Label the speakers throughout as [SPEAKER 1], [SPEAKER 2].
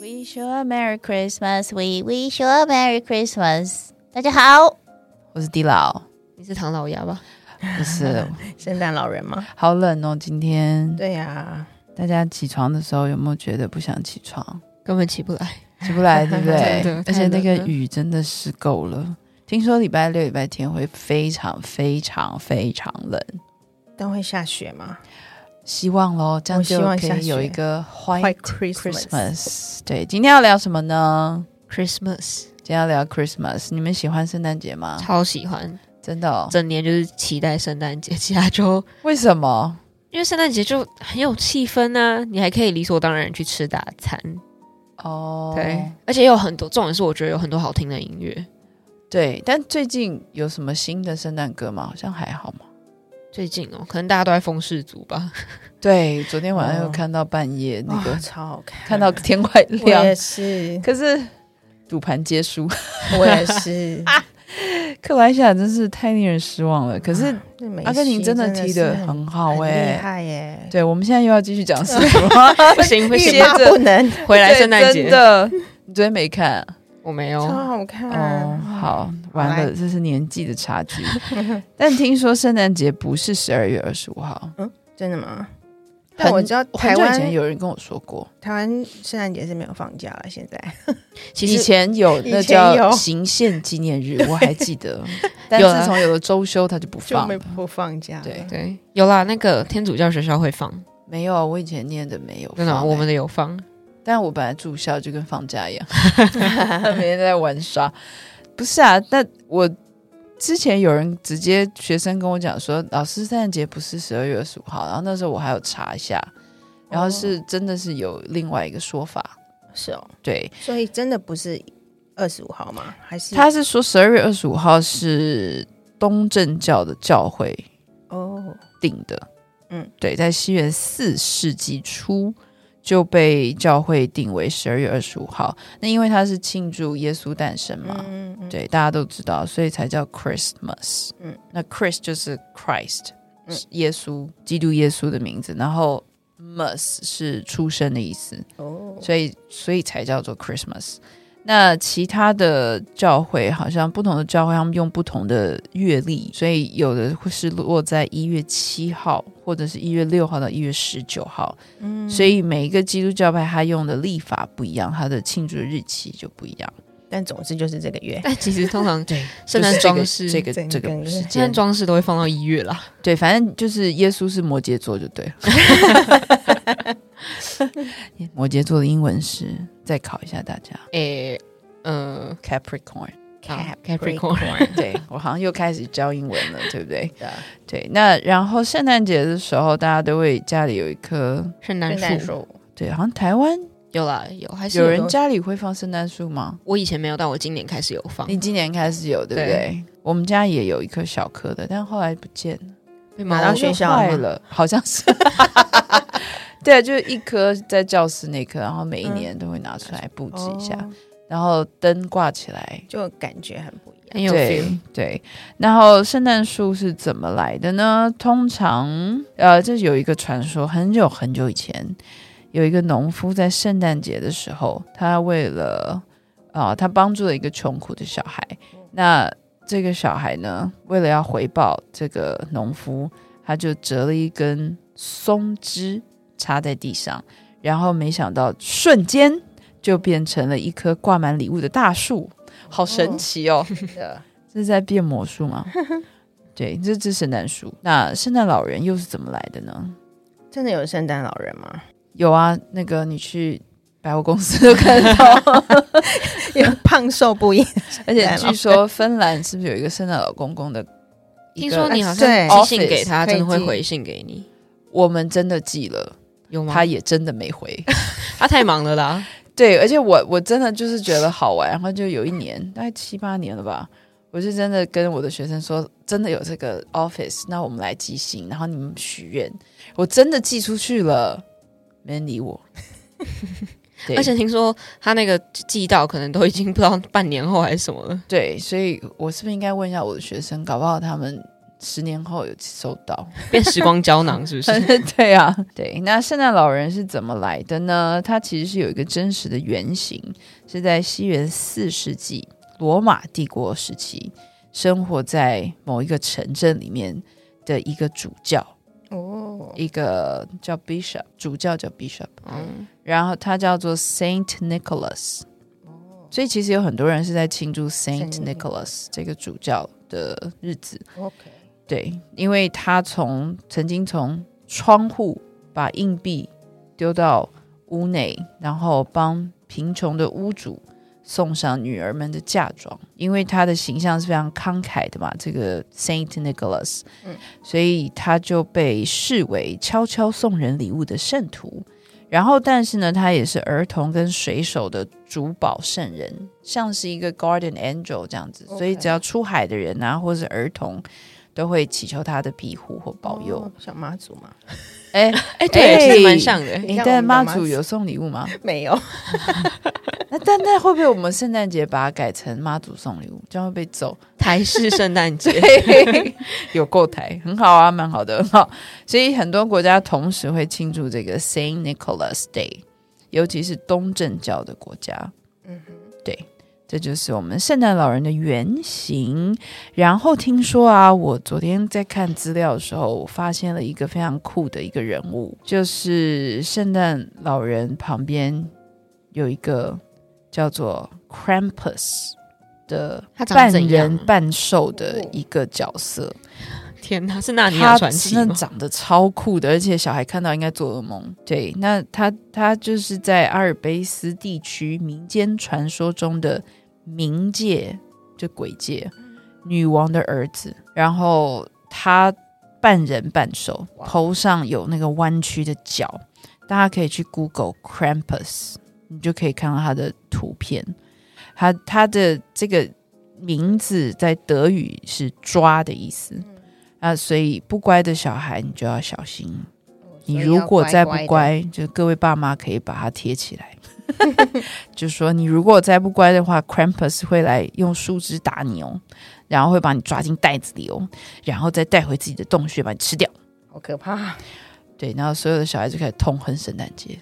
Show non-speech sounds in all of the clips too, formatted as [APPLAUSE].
[SPEAKER 1] wish you a Merry Christmas. We wish you a Merry Christmas. 大家好，
[SPEAKER 2] 我是地老，
[SPEAKER 3] 你是唐老鸭吧？
[SPEAKER 2] 不
[SPEAKER 3] [LAUGHS]
[SPEAKER 2] 是，
[SPEAKER 4] 圣诞老人吗？
[SPEAKER 2] 好冷哦，今天
[SPEAKER 4] 对呀、
[SPEAKER 2] 大家起床的时候有没有觉得不想起床，
[SPEAKER 3] 根本起不来。
[SPEAKER 2] 起不来，对不
[SPEAKER 3] [LAUGHS]
[SPEAKER 2] 对
[SPEAKER 3] 真的？
[SPEAKER 2] 而且那
[SPEAKER 3] 太
[SPEAKER 2] 个
[SPEAKER 3] 冷了
[SPEAKER 2] 雨真的是够了。听说礼拜六、礼拜天会非常非常非常冷，
[SPEAKER 4] 但会下雪吗？
[SPEAKER 2] 希望喽，这样
[SPEAKER 4] 我
[SPEAKER 2] 就
[SPEAKER 4] 希望
[SPEAKER 2] 可
[SPEAKER 4] 下
[SPEAKER 2] 以有
[SPEAKER 4] 雪
[SPEAKER 2] 一个
[SPEAKER 4] 快
[SPEAKER 2] White
[SPEAKER 4] Christmas，,
[SPEAKER 2] Christmas。对，今天要聊什么呢？
[SPEAKER 3] Christmas
[SPEAKER 2] 今天要聊 Christmas。你们喜欢圣诞节吗？
[SPEAKER 3] 超喜欢，
[SPEAKER 2] 真的、哦？
[SPEAKER 3] 整年就是期待圣诞节，其
[SPEAKER 2] [LAUGHS]
[SPEAKER 3] 他就
[SPEAKER 2] 为什么？
[SPEAKER 3] 因为圣诞节就很有气氛啊，你还可以理所当然去吃大餐，
[SPEAKER 2] 哦，
[SPEAKER 3] 对，而且有很多，重点是我觉得有很多好听的音乐。
[SPEAKER 2] 对，但最近有什么新的圣诞歌吗？好像还好嘛。
[SPEAKER 3] 最近哦，可能大家都在封氏族
[SPEAKER 2] [LAUGHS]
[SPEAKER 3] 吧，
[SPEAKER 2] 对，哦昨天晚上
[SPEAKER 4] 哦
[SPEAKER 2] 又看到半夜那个，
[SPEAKER 4] 哇超好看，
[SPEAKER 2] [LAUGHS] 看到天快
[SPEAKER 4] 我
[SPEAKER 2] 亮 [LAUGHS]
[SPEAKER 4] 也，是，
[SPEAKER 2] 可是赌盘皆 [LAUGHS] 输，
[SPEAKER 4] 我也是。
[SPEAKER 2] 啊克罗西亚真是太令人失望了。可是
[SPEAKER 4] 那梅西
[SPEAKER 2] 阿根廷真的踢得
[SPEAKER 4] 是很欸
[SPEAKER 2] 很好
[SPEAKER 4] 很
[SPEAKER 2] 哎、
[SPEAKER 4] 厉害耶！
[SPEAKER 2] 对，我们现在又要继续讲什么？ [LAUGHS]
[SPEAKER 3] 不行不
[SPEAKER 2] 接
[SPEAKER 3] 行
[SPEAKER 2] 着，
[SPEAKER 4] 骂不
[SPEAKER 2] [LAUGHS]
[SPEAKER 4] 能，
[SPEAKER 3] 回来圣诞
[SPEAKER 2] 对真
[SPEAKER 3] 节
[SPEAKER 2] 的，你昨天没看啊？
[SPEAKER 3] 我没
[SPEAKER 4] 超
[SPEAKER 3] 有，
[SPEAKER 4] 好看。
[SPEAKER 2] 哦，好，完了，这是年纪的差 [LAUGHS] 距。但听说圣诞节不是十二月二十五号，
[SPEAKER 4] 真的吗？但我知道
[SPEAKER 2] 很
[SPEAKER 4] 台
[SPEAKER 2] 久以前
[SPEAKER 4] 湾
[SPEAKER 2] 有人跟我说过，
[SPEAKER 4] 台湾圣诞节是没有放假了，现在
[SPEAKER 3] 其
[SPEAKER 2] 以
[SPEAKER 3] 实
[SPEAKER 2] 前有那
[SPEAKER 4] 以前
[SPEAKER 2] 叫
[SPEAKER 4] 有
[SPEAKER 2] 行宪纪念日，我还记得。但
[SPEAKER 3] 有啊
[SPEAKER 2] 自从有了周休，他就不
[SPEAKER 4] 就
[SPEAKER 2] 放
[SPEAKER 4] 没
[SPEAKER 2] 了。
[SPEAKER 4] 不放假了。
[SPEAKER 2] 对
[SPEAKER 3] 对有啦，那个天主教学校会放，
[SPEAKER 2] 没有，啊我以前念的没有放欸。
[SPEAKER 3] 真的吗，我们的
[SPEAKER 2] [LAUGHS]
[SPEAKER 3] 有放，
[SPEAKER 2] 但我本来住校就跟放假一
[SPEAKER 3] [LAUGHS]
[SPEAKER 2] 样，每天在玩耍。不是啊，但我之前有人直接学生跟我讲说，老师圣诞节不是十二月二十五号，然后那时候我还有查一下，然后是真的是有另外一个说法，
[SPEAKER 4] 是哦，
[SPEAKER 2] 对，
[SPEAKER 4] 所以真的不是二十五号吗？还是
[SPEAKER 2] 他是说十二月二十五号是东正教的教会
[SPEAKER 4] 哦？
[SPEAKER 2] 定的，
[SPEAKER 4] 嗯
[SPEAKER 2] 嗯，对，在西元四世纪初就被教会定为十二月二十五号，那因为它是庆祝耶稣诞生嘛，
[SPEAKER 4] 嗯嗯，
[SPEAKER 2] 对，大家都知道，所以才叫 Christmas。
[SPEAKER 4] 嗯
[SPEAKER 2] 嗯，那 Chris 就是 Christ，、
[SPEAKER 4] 嗯
[SPEAKER 2] 是耶稣，基督耶稣的名字。然后 mas 是出生的意思，
[SPEAKER 4] 哦，
[SPEAKER 2] 所以所以才叫做 Christmas。那其他的教会好像不同的教会，他们用不同的月历，所以有的会是落在一月七号，或者是一月六号到一月十九号。
[SPEAKER 4] 嗯
[SPEAKER 2] 所以每一个基督教派他用的历法不一样，他的庆祝日期就不一样。
[SPEAKER 4] 但总之就是这个月。
[SPEAKER 3] 但其实通常
[SPEAKER 2] 对，[LAUGHS]
[SPEAKER 3] 圣
[SPEAKER 2] 就
[SPEAKER 3] 诞
[SPEAKER 2] 是这个这
[SPEAKER 3] 装饰
[SPEAKER 2] 个
[SPEAKER 4] 整
[SPEAKER 2] 这个
[SPEAKER 4] 个
[SPEAKER 2] 时
[SPEAKER 3] 圣诞
[SPEAKER 2] 间，
[SPEAKER 3] 装饰都会放到一月啦。
[SPEAKER 2] 对，反正就是耶稣是摩羯座就
[SPEAKER 3] [LAUGHS]
[SPEAKER 2] 对了。摩羯座的英文是再考一下大家
[SPEAKER 3] 诶，呃
[SPEAKER 2] ，Capricorn。
[SPEAKER 3] 啊
[SPEAKER 2] [LAUGHS]
[SPEAKER 4] Capricorn [LAUGHS]
[SPEAKER 2] 对我好像又开始教英文了，对不对？
[SPEAKER 4] 的
[SPEAKER 2] 对，那然后圣诞节的时候，大家都会家里有一棵，
[SPEAKER 3] 圣
[SPEAKER 4] 圣
[SPEAKER 3] 诞
[SPEAKER 4] 诞
[SPEAKER 3] 树
[SPEAKER 4] 树，
[SPEAKER 2] 对，好像台湾
[SPEAKER 3] 有啦，有还是
[SPEAKER 2] 有
[SPEAKER 3] 很
[SPEAKER 2] 人
[SPEAKER 3] 多
[SPEAKER 2] 家里会放圣诞树吗？
[SPEAKER 3] 我以前没有，但我今年开始有放，
[SPEAKER 4] 嗯
[SPEAKER 2] 你今年开始有，对不对？
[SPEAKER 3] 对
[SPEAKER 2] 我们家也有一棵小棵的，但后来不见了。
[SPEAKER 3] 被
[SPEAKER 4] 拿到
[SPEAKER 3] 猫
[SPEAKER 4] 学校了吗
[SPEAKER 2] 坏了，好像是。 [LAUGHS] 对，就是一颗在教室那颗，然后每一年都会拿出来布置一下，
[SPEAKER 4] 嗯哦
[SPEAKER 2] 然后灯挂起来。
[SPEAKER 4] 就感觉很不一样。
[SPEAKER 3] 很有 feel，
[SPEAKER 2] 对对，然后圣诞树是怎么来的呢？通常，呃，这有一个传说，很久很久以前，有一个农夫在圣诞节的时候，他为了啊、他帮助了一个穷苦的小孩，那这个小孩呢，为了要回报这个农夫，他就折了一根松枝插在地上，然后没想到瞬间就变成了一棵挂满礼物的大树，好神奇哦！这是在变魔术
[SPEAKER 3] [LAUGHS]
[SPEAKER 2] 吗？对，这只圣诞树。那圣诞老人又是怎么来的呢？
[SPEAKER 4] 真的有圣诞老人吗？
[SPEAKER 2] [LAUGHS] 有啊，那个你去百货公司都看得
[SPEAKER 3] [LAUGHS]
[SPEAKER 2] 到，
[SPEAKER 4] 有胖瘦不一样，
[SPEAKER 2] 而且据说芬兰是不是有一个圣诞老公公的？
[SPEAKER 3] 听说你好
[SPEAKER 4] 对
[SPEAKER 3] 像寄信给他，
[SPEAKER 2] 啊 office
[SPEAKER 3] 真的
[SPEAKER 2] 可
[SPEAKER 3] 会
[SPEAKER 2] 以寄
[SPEAKER 3] 回信给你，
[SPEAKER 2] 我们真的寄了，
[SPEAKER 3] 有吗？
[SPEAKER 2] 他也真的没回。
[SPEAKER 3] [LAUGHS] 他太忙了啦，
[SPEAKER 2] 对，而且我我真的就是觉
[SPEAKER 3] [LAUGHS]
[SPEAKER 2] 得好玩，然后就有一年，大概七八年了吧，我就真的跟我的学生说，真的有这个 office，那我们来寄信，然后你们许愿，我真的寄出去了，没人理
[SPEAKER 3] [LAUGHS]
[SPEAKER 2] 我。 [LAUGHS] 对
[SPEAKER 3] 而且听说他那个寄到可能都已经不知道半年后还是什么了，
[SPEAKER 2] 对，所以我是不是应该问一下我的学生，搞不好他们十年后有收到。
[SPEAKER 3] 变时光胶囊是不是？
[SPEAKER 2] [LAUGHS] 对啊，对。那圣诞老人是怎么来的呢？它其实是有一个真实的原型，是在西元四世纪罗马帝国时期，生活在某一个城镇里面的一个主教，
[SPEAKER 4] [LAUGHS] 哦，
[SPEAKER 2] 一个叫 bishop，主教叫 bishop，
[SPEAKER 3] 嗯，
[SPEAKER 2] 然后他叫做 Saint Nicholas。所以其实有很多人是在庆祝 Saint
[SPEAKER 4] Saint
[SPEAKER 2] Nicholas 这个主教的日子。
[SPEAKER 4] OK，
[SPEAKER 2] 对，因为他从曾经从窗户把硬币丢到屋内，然后帮贫穷的屋主送上女儿们的嫁妆。因为他的形象是非常慷慨的嘛，这个 Saint Nicholas，、
[SPEAKER 4] 嗯
[SPEAKER 2] 所以他就被视为悄悄送人礼物的圣徒。然后，但是呢，他也是儿童跟水手的主保圣人，像是一个 Guardian Angel 这样子。所以，
[SPEAKER 4] OK
[SPEAKER 2] 只要出海的人啊，或是儿童，都会祈求他的庇护或保佑
[SPEAKER 4] 哦。小妈祖吗？
[SPEAKER 2] 哎、
[SPEAKER 3] 哎，对，
[SPEAKER 2] 哎
[SPEAKER 3] 是蛮像的。 [LAUGHS]
[SPEAKER 2] 你
[SPEAKER 4] 像我
[SPEAKER 2] 的
[SPEAKER 4] 们的
[SPEAKER 2] 妈
[SPEAKER 4] 妈
[SPEAKER 2] 祖
[SPEAKER 4] 祖
[SPEAKER 2] 有送礼物吗？
[SPEAKER 4] 没有，
[SPEAKER 2] 那但那会不会我们圣诞节把它改成妈祖送礼物，这样会被揍？
[SPEAKER 3] 台式圣诞节，
[SPEAKER 2] [LAUGHS] 有够台，很好啊，蛮好的，很好。所以很多国家同时会庆祝这个 Saint Nicholas Day，尤其是东正教的国家。
[SPEAKER 4] 嗯
[SPEAKER 2] 对，这就是我们圣诞老人的原型。然后听说啊，我昨天在看资料的时候，我发现了一个非常酷的一个人物，就是圣诞老人旁边有一个叫做 Krampus 的
[SPEAKER 3] [LAUGHS] 他长
[SPEAKER 2] 半
[SPEAKER 3] 得怎
[SPEAKER 2] 人
[SPEAKER 3] 样？啊
[SPEAKER 2] 半兽的一个角色。
[SPEAKER 3] 天哪，是纳尼亚
[SPEAKER 2] 他
[SPEAKER 3] 啊传奇
[SPEAKER 2] 真的
[SPEAKER 3] 吗？
[SPEAKER 2] 长得超酷的，而且小孩看到应该做噩梦。对，那他他就是在阿尔卑斯地区民间传说中的冥界，就鬼界女王的儿子。然后他半人半兽，
[SPEAKER 4] 哇
[SPEAKER 2] 头上有那个弯曲的角。大家可以去 Google Krampus，你就可以看到他的图片。他他的这个名字在德语是“抓”的意思。啊，所以不乖的小孩你就要小心。你如果再不乖，就各位爸妈可以把它贴起来， [LAUGHS] 就说你如果再不乖的话，Krampus 会来用树枝打你哦，然后会把你抓进袋子里哦，然后再带回自己的洞穴把你吃掉。
[SPEAKER 4] 好可怕，
[SPEAKER 2] 对，然后所有的小孩就开始痛恨圣诞节，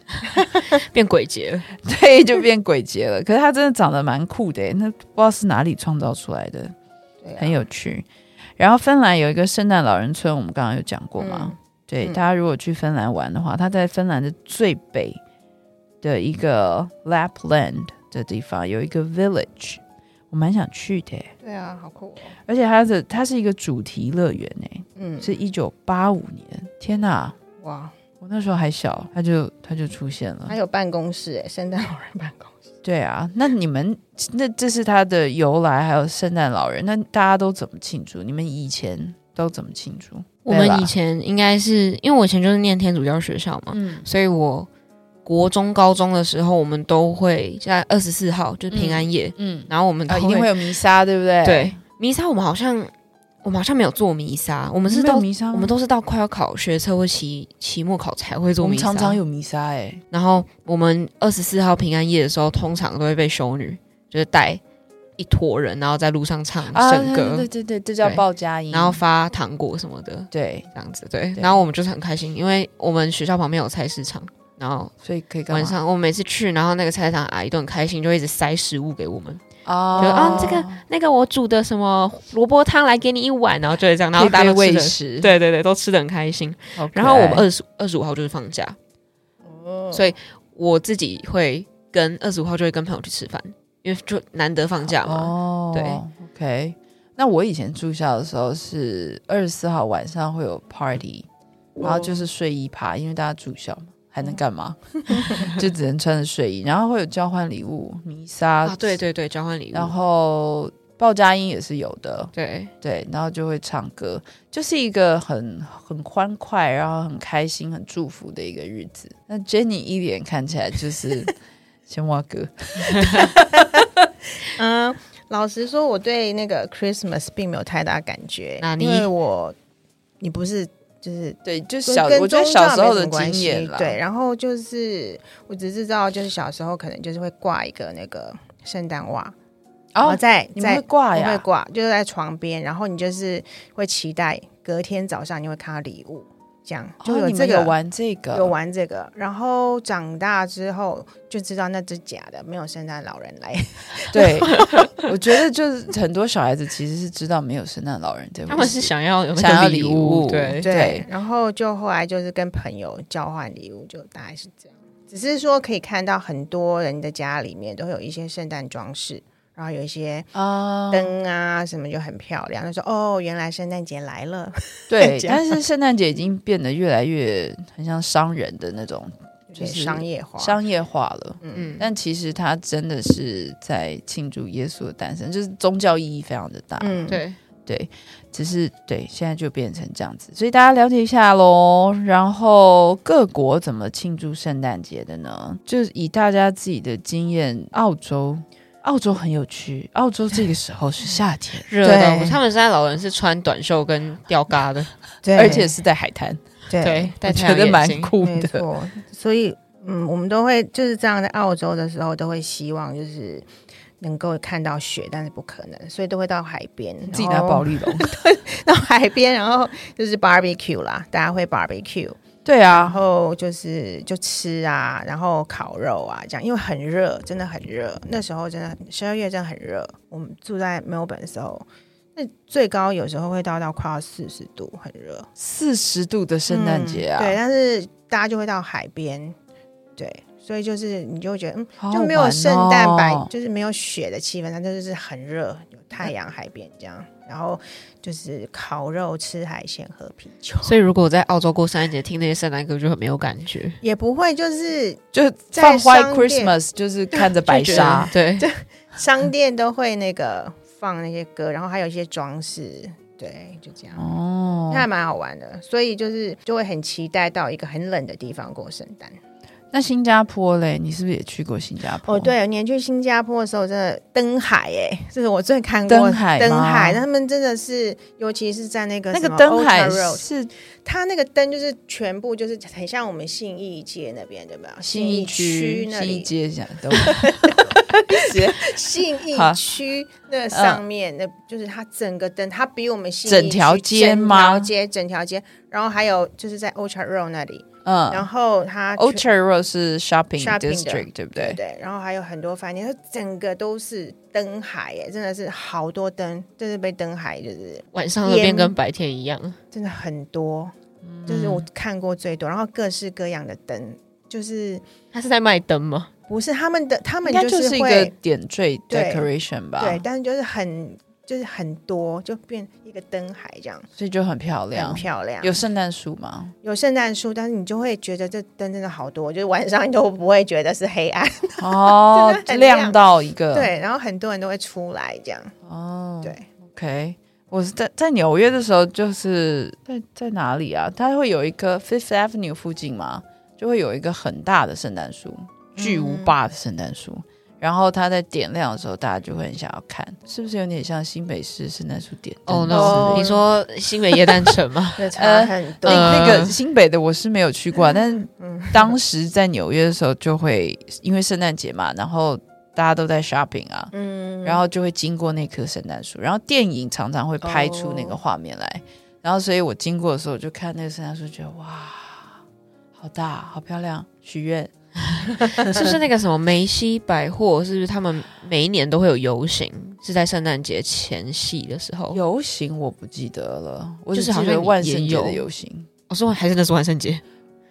[SPEAKER 3] 变鬼节了，
[SPEAKER 2] [LAUGHS] 对，就变鬼节了。可是他真的长得蛮酷的耶，欸那不知道是哪里创造出来的，
[SPEAKER 4] 对啊
[SPEAKER 2] 很有趣。然后芬兰有一个圣诞老人村，我们刚刚有讲过嘛，
[SPEAKER 4] 嗯
[SPEAKER 2] 对，
[SPEAKER 4] 嗯
[SPEAKER 2] 大家如果去芬兰玩的话，它在芬兰的最北的一个 Lapland 的地方有一个 village，我蛮想去的耶。
[SPEAKER 4] 对啊，好酷哦，
[SPEAKER 2] 而且它的它是一个主题乐园诶，
[SPEAKER 4] 嗯，
[SPEAKER 2] 是一九八五年，天哪！
[SPEAKER 4] 哇，
[SPEAKER 2] 我那时候还小，它就它就出现了
[SPEAKER 4] 还。有办公室哎，圣诞老人办公室，
[SPEAKER 2] 对啊，那你们那这是它的由来，还有圣诞老人，那大家都怎么庆祝？你们以前都怎么庆祝？
[SPEAKER 3] 我们以前应该是因为我以前就是念天主教学校嘛，
[SPEAKER 2] 嗯
[SPEAKER 3] 所以我国中、高中的时候，我们都会在二十四号就是平安夜，
[SPEAKER 2] 嗯，
[SPEAKER 3] 然后我们都
[SPEAKER 2] 啊，一定会有弥撒，对不对？，
[SPEAKER 3] 对弥撒，我们好像我们好像没有做弥撒，我
[SPEAKER 2] 我
[SPEAKER 3] 们是到
[SPEAKER 2] 弥撒吗，
[SPEAKER 3] 我们都是到快要考学测或期期末考才会做
[SPEAKER 2] 我
[SPEAKER 3] 弥
[SPEAKER 2] 们
[SPEAKER 3] 撒。
[SPEAKER 2] 常常有弥撒哎、欸，
[SPEAKER 3] 然后我们二十四号平安夜的时候，通常都会被修女就是带一坨人，然后在路上唱圣歌，
[SPEAKER 2] 啊对对对，这叫
[SPEAKER 3] 对
[SPEAKER 2] 报佳音。
[SPEAKER 3] 然后发糖果什么的，
[SPEAKER 2] 对，
[SPEAKER 3] 这样子对。
[SPEAKER 2] 对
[SPEAKER 3] 然后我们就是很开心，因为我们学校旁边有菜市场，然后
[SPEAKER 2] 所以可以干嘛？
[SPEAKER 3] 晚上我每次去，然后那个菜市场阿姨都很开心，就会一直塞食物给我们。
[SPEAKER 2] 哦
[SPEAKER 3] 就啊这个那个我煮的什么萝卜汤来给你一碗，然后就会这样，然后大家
[SPEAKER 2] 搭
[SPEAKER 3] 都吃
[SPEAKER 2] 喂
[SPEAKER 3] 的，
[SPEAKER 2] 食，，
[SPEAKER 3] 对对对，都吃的很开心。然后我们二十二十五号就是放假，
[SPEAKER 4] 哦
[SPEAKER 3] 所以我自己会跟二十五号就会跟朋友去吃饭，因为就难得放假嘛。
[SPEAKER 2] 哦，
[SPEAKER 3] 对
[SPEAKER 2] ，OK。那我以前住校的时候是二十四号晚上会有 party，然后就是睡衣趴，因为大家住校嘛，还能干 [LAUGHS] 嘛？就只能穿着睡衣，然后会有交换礼物、弥撒
[SPEAKER 3] 啊，对，对对，交换礼物，
[SPEAKER 2] 然后报佳音也是有的，
[SPEAKER 3] 对
[SPEAKER 2] 对，然后就会唱歌，就是一个很很欢快，然后很开心、很祝福的一个日子。那 Jenny 一脸看起来就是 [LAUGHS] 先挖哥，
[SPEAKER 4] 嗯，老实说，我对那个 Christmas 并没有太大感觉
[SPEAKER 3] 那，你
[SPEAKER 4] 因为我你不是就是
[SPEAKER 2] 对，就
[SPEAKER 4] 跟
[SPEAKER 2] 小
[SPEAKER 4] 跟
[SPEAKER 2] 我觉得
[SPEAKER 4] 宗
[SPEAKER 2] 小
[SPEAKER 4] 教
[SPEAKER 2] 时候
[SPEAKER 4] 没
[SPEAKER 2] 的
[SPEAKER 4] 什么关
[SPEAKER 2] 经
[SPEAKER 4] 系
[SPEAKER 2] 验啦，
[SPEAKER 4] 对，，然后就是我只知道，就是小时候可能就是会挂一个那个圣诞袜，然后
[SPEAKER 2] 哦，
[SPEAKER 4] 在
[SPEAKER 2] 你们
[SPEAKER 4] 在
[SPEAKER 2] 会挂
[SPEAKER 4] 我会
[SPEAKER 2] 呀，
[SPEAKER 4] 挂，就是在床边，然后你就是会期待隔天早上你会看到礼物，这样
[SPEAKER 2] 哦
[SPEAKER 4] 就有
[SPEAKER 2] 你
[SPEAKER 4] 这
[SPEAKER 2] 们
[SPEAKER 4] 个、
[SPEAKER 2] 有玩这个，
[SPEAKER 4] 有玩这个，然后长大之后就知道那只假的，没有圣诞老人来。 [LAUGHS]
[SPEAKER 2] 对，我觉得就是很多小孩子其实是知道没有圣诞老人这回事，
[SPEAKER 3] 他们是想要有那个
[SPEAKER 2] 想要
[SPEAKER 3] 礼
[SPEAKER 2] 礼物
[SPEAKER 3] 对，
[SPEAKER 2] [LAUGHS] 对
[SPEAKER 4] 然后就后来就是跟朋友交换礼物，就大概是这样。只是说可以看到很多人的家里面都有一些圣诞装饰，然后有一些
[SPEAKER 2] 啊，
[SPEAKER 4] 灯啊什么就很漂亮。就说哦，原来圣诞节来了，
[SPEAKER 2] 对，
[SPEAKER 4] 这样
[SPEAKER 2] 但是圣诞节已经变得越来越很像商人的那种就是
[SPEAKER 4] 商业化。
[SPEAKER 2] 商业化了。
[SPEAKER 4] 嗯
[SPEAKER 3] 嗯，
[SPEAKER 2] 但其实它真的是在庆祝耶稣的诞生，就是宗教意义非常的大。
[SPEAKER 4] 嗯，
[SPEAKER 3] 对，，
[SPEAKER 2] 对，只是对，现在就变成这样子，所以大家了解一下喽。然后各国怎么庆祝圣诞节的呢？就是以大家自己的经验，澳洲，澳洲很有趣，澳洲这个时候是夏天
[SPEAKER 4] [LAUGHS]
[SPEAKER 3] 热到
[SPEAKER 4] 对
[SPEAKER 3] 他们现在老人是穿短袖跟吊嘎的，
[SPEAKER 4] 对，
[SPEAKER 2] 而且是在海滩，
[SPEAKER 4] 对
[SPEAKER 3] 对，戴
[SPEAKER 2] 我
[SPEAKER 3] 太
[SPEAKER 2] 觉
[SPEAKER 3] 阳
[SPEAKER 2] 得
[SPEAKER 3] 眼
[SPEAKER 2] 蛮
[SPEAKER 3] 镜。
[SPEAKER 2] 酷
[SPEAKER 4] 没
[SPEAKER 2] 的。
[SPEAKER 4] 错，所以嗯，我们都会就是这样，在澳洲的时候都会希望就是能够看到雪，但是不可能，所以都会到海边，
[SPEAKER 2] 自己拿
[SPEAKER 4] 宝
[SPEAKER 2] 保，利
[SPEAKER 4] 哦
[SPEAKER 2] 龙，
[SPEAKER 4] [LAUGHS] 到海边，然后就是 barbecue 啦，大家会 barbecue，
[SPEAKER 2] [LAUGHS] 对
[SPEAKER 4] 然
[SPEAKER 2] 啊，
[SPEAKER 4] 后就是就吃啊，然后烤肉啊，这样，因为很热，真的很热，那时候真的十二月真的很热，我们住在墨尔本的时候。那最高有时候会到到快要四十度，很热。
[SPEAKER 2] 四十度的圣诞节啊，
[SPEAKER 4] 嗯对，但是大家就会到海边，对，所以就是你就会觉得，嗯，
[SPEAKER 2] 好好
[SPEAKER 4] 就没有圣诞
[SPEAKER 2] 玩
[SPEAKER 4] 白，
[SPEAKER 2] 哦
[SPEAKER 4] 就是没有雪的气氛，它就是很热，有太阳、海边这样，然后就是烤肉、吃海鲜、喝啤酒，
[SPEAKER 3] 所以如果我在澳洲过圣诞节，听那些圣诞歌就很没有感觉，
[SPEAKER 4] 也不会就是
[SPEAKER 2] 就放
[SPEAKER 4] 在
[SPEAKER 2] White
[SPEAKER 4] 商店
[SPEAKER 2] Christmas，就是看着
[SPEAKER 4] [LAUGHS]
[SPEAKER 2] 白纱，
[SPEAKER 3] [LAUGHS] 对，
[SPEAKER 4] 商店都会那个放那些歌，然后还有一些装饰，对，就这样。
[SPEAKER 2] 哦
[SPEAKER 4] 那。还蛮好玩的，所以就是就会很期待到一个很冷的地方过圣诞。
[SPEAKER 2] 那新加坡嘞，你是不是也去过新加坡？
[SPEAKER 4] 哦，，对，有年去新加坡的时候，真的登海哎、 [LAUGHS] 这是我最看过
[SPEAKER 2] 登海吗
[SPEAKER 4] 登海，他们真的是，尤其是在那个
[SPEAKER 2] 那
[SPEAKER 4] 什
[SPEAKER 2] 个
[SPEAKER 4] 么
[SPEAKER 2] 灯海
[SPEAKER 4] Ultra Road，
[SPEAKER 2] 是
[SPEAKER 4] 它那个灯就是全部就是很像我们信义街那边对吧？
[SPEAKER 2] 新
[SPEAKER 4] 义
[SPEAKER 2] 一
[SPEAKER 4] 区
[SPEAKER 2] 区、
[SPEAKER 4] 那
[SPEAKER 2] 新一
[SPEAKER 4] 里，
[SPEAKER 2] 街一下
[SPEAKER 4] [LAUGHS]
[SPEAKER 2] 都
[SPEAKER 4] 信义
[SPEAKER 2] 好
[SPEAKER 4] 区那上面、那就是它整个灯，它比我们信义
[SPEAKER 2] 整条
[SPEAKER 4] 区
[SPEAKER 2] 街吗
[SPEAKER 4] 整条街，整条街，然后还有就是在 Ultra Road 那里，然
[SPEAKER 2] 嗯
[SPEAKER 4] 后它全
[SPEAKER 2] ，Orchard Road 是 shopping
[SPEAKER 4] Shopping 的
[SPEAKER 2] district，对不
[SPEAKER 4] 对
[SPEAKER 2] 对？
[SPEAKER 4] 对，然后还有很多饭店，它整个都是灯海耶，真的是好多灯，真是被灯海就是
[SPEAKER 3] 晚上那边
[SPEAKER 4] 烟
[SPEAKER 3] 跟白天一样，
[SPEAKER 4] 真的很多，
[SPEAKER 2] 嗯
[SPEAKER 4] 就是我看过最多，然后各式各样的灯，就是
[SPEAKER 3] 他是在卖灯吗？
[SPEAKER 4] 不是他们的，他
[SPEAKER 2] 应
[SPEAKER 4] 们
[SPEAKER 2] 该
[SPEAKER 4] 就
[SPEAKER 2] 就是一个
[SPEAKER 4] 会
[SPEAKER 2] 点缀
[SPEAKER 4] 对
[SPEAKER 2] decoration 吧，
[SPEAKER 4] 对，但是就是很就是很多，就变一个灯海这样，
[SPEAKER 2] 所以就很漂
[SPEAKER 4] 很
[SPEAKER 2] 亮。
[SPEAKER 4] 漂亮。
[SPEAKER 2] 有圣诞树
[SPEAKER 4] [LAUGHS]
[SPEAKER 2] 吗？
[SPEAKER 4] 有圣诞树，但是你就会觉得这灯真的好多，就是晚上你都不会觉得是
[SPEAKER 2] [LAUGHS]
[SPEAKER 4] 黑暗，
[SPEAKER 2] 哦
[SPEAKER 4] 真的，很亮
[SPEAKER 2] 亮到一个，
[SPEAKER 4] 对，然后很多人都会出来这样，
[SPEAKER 2] 哦，
[SPEAKER 4] 对。
[SPEAKER 2] OK，我是在在纽约的时候，就是在在哪里啊？它会有一个 Fifth Avenue 附近嘛，就会有一个很大的圣诞树，巨无霸的圣诞树。然后它在点亮的时候，大家就会很想要看，是不是有点像新北市圣诞树点灯
[SPEAKER 3] 哦、
[SPEAKER 2] 那
[SPEAKER 3] no！、
[SPEAKER 4] 哦？
[SPEAKER 3] 你说新北夜诞城吗
[SPEAKER 4] 就差很多。
[SPEAKER 3] 呃
[SPEAKER 2] 那个新北的我是没有去过啊，但是
[SPEAKER 4] 嗯
[SPEAKER 2] 当时在纽约的时候，就会因为圣诞节嘛，然后大家都在 shopping 啊，
[SPEAKER 4] 嗯
[SPEAKER 2] 然后就会经过那棵圣诞树，然后电影常常会拍出那个画面来，
[SPEAKER 4] 哦
[SPEAKER 2] 然后所以我经过的时候，我就看那个圣诞树，觉得哇，好大，好漂亮，许愿
[SPEAKER 3] [LAUGHS] 是不是那个什么梅西百货？是不是他们每一年都会有游行？是在圣诞节前夕的时候？
[SPEAKER 2] 游行我不记得了，我只
[SPEAKER 3] 哦就是好
[SPEAKER 2] 记
[SPEAKER 3] 像
[SPEAKER 2] 得
[SPEAKER 3] 也
[SPEAKER 2] 万圣节
[SPEAKER 3] 有
[SPEAKER 2] 的游行，
[SPEAKER 3] 我说还真哦的是万圣节，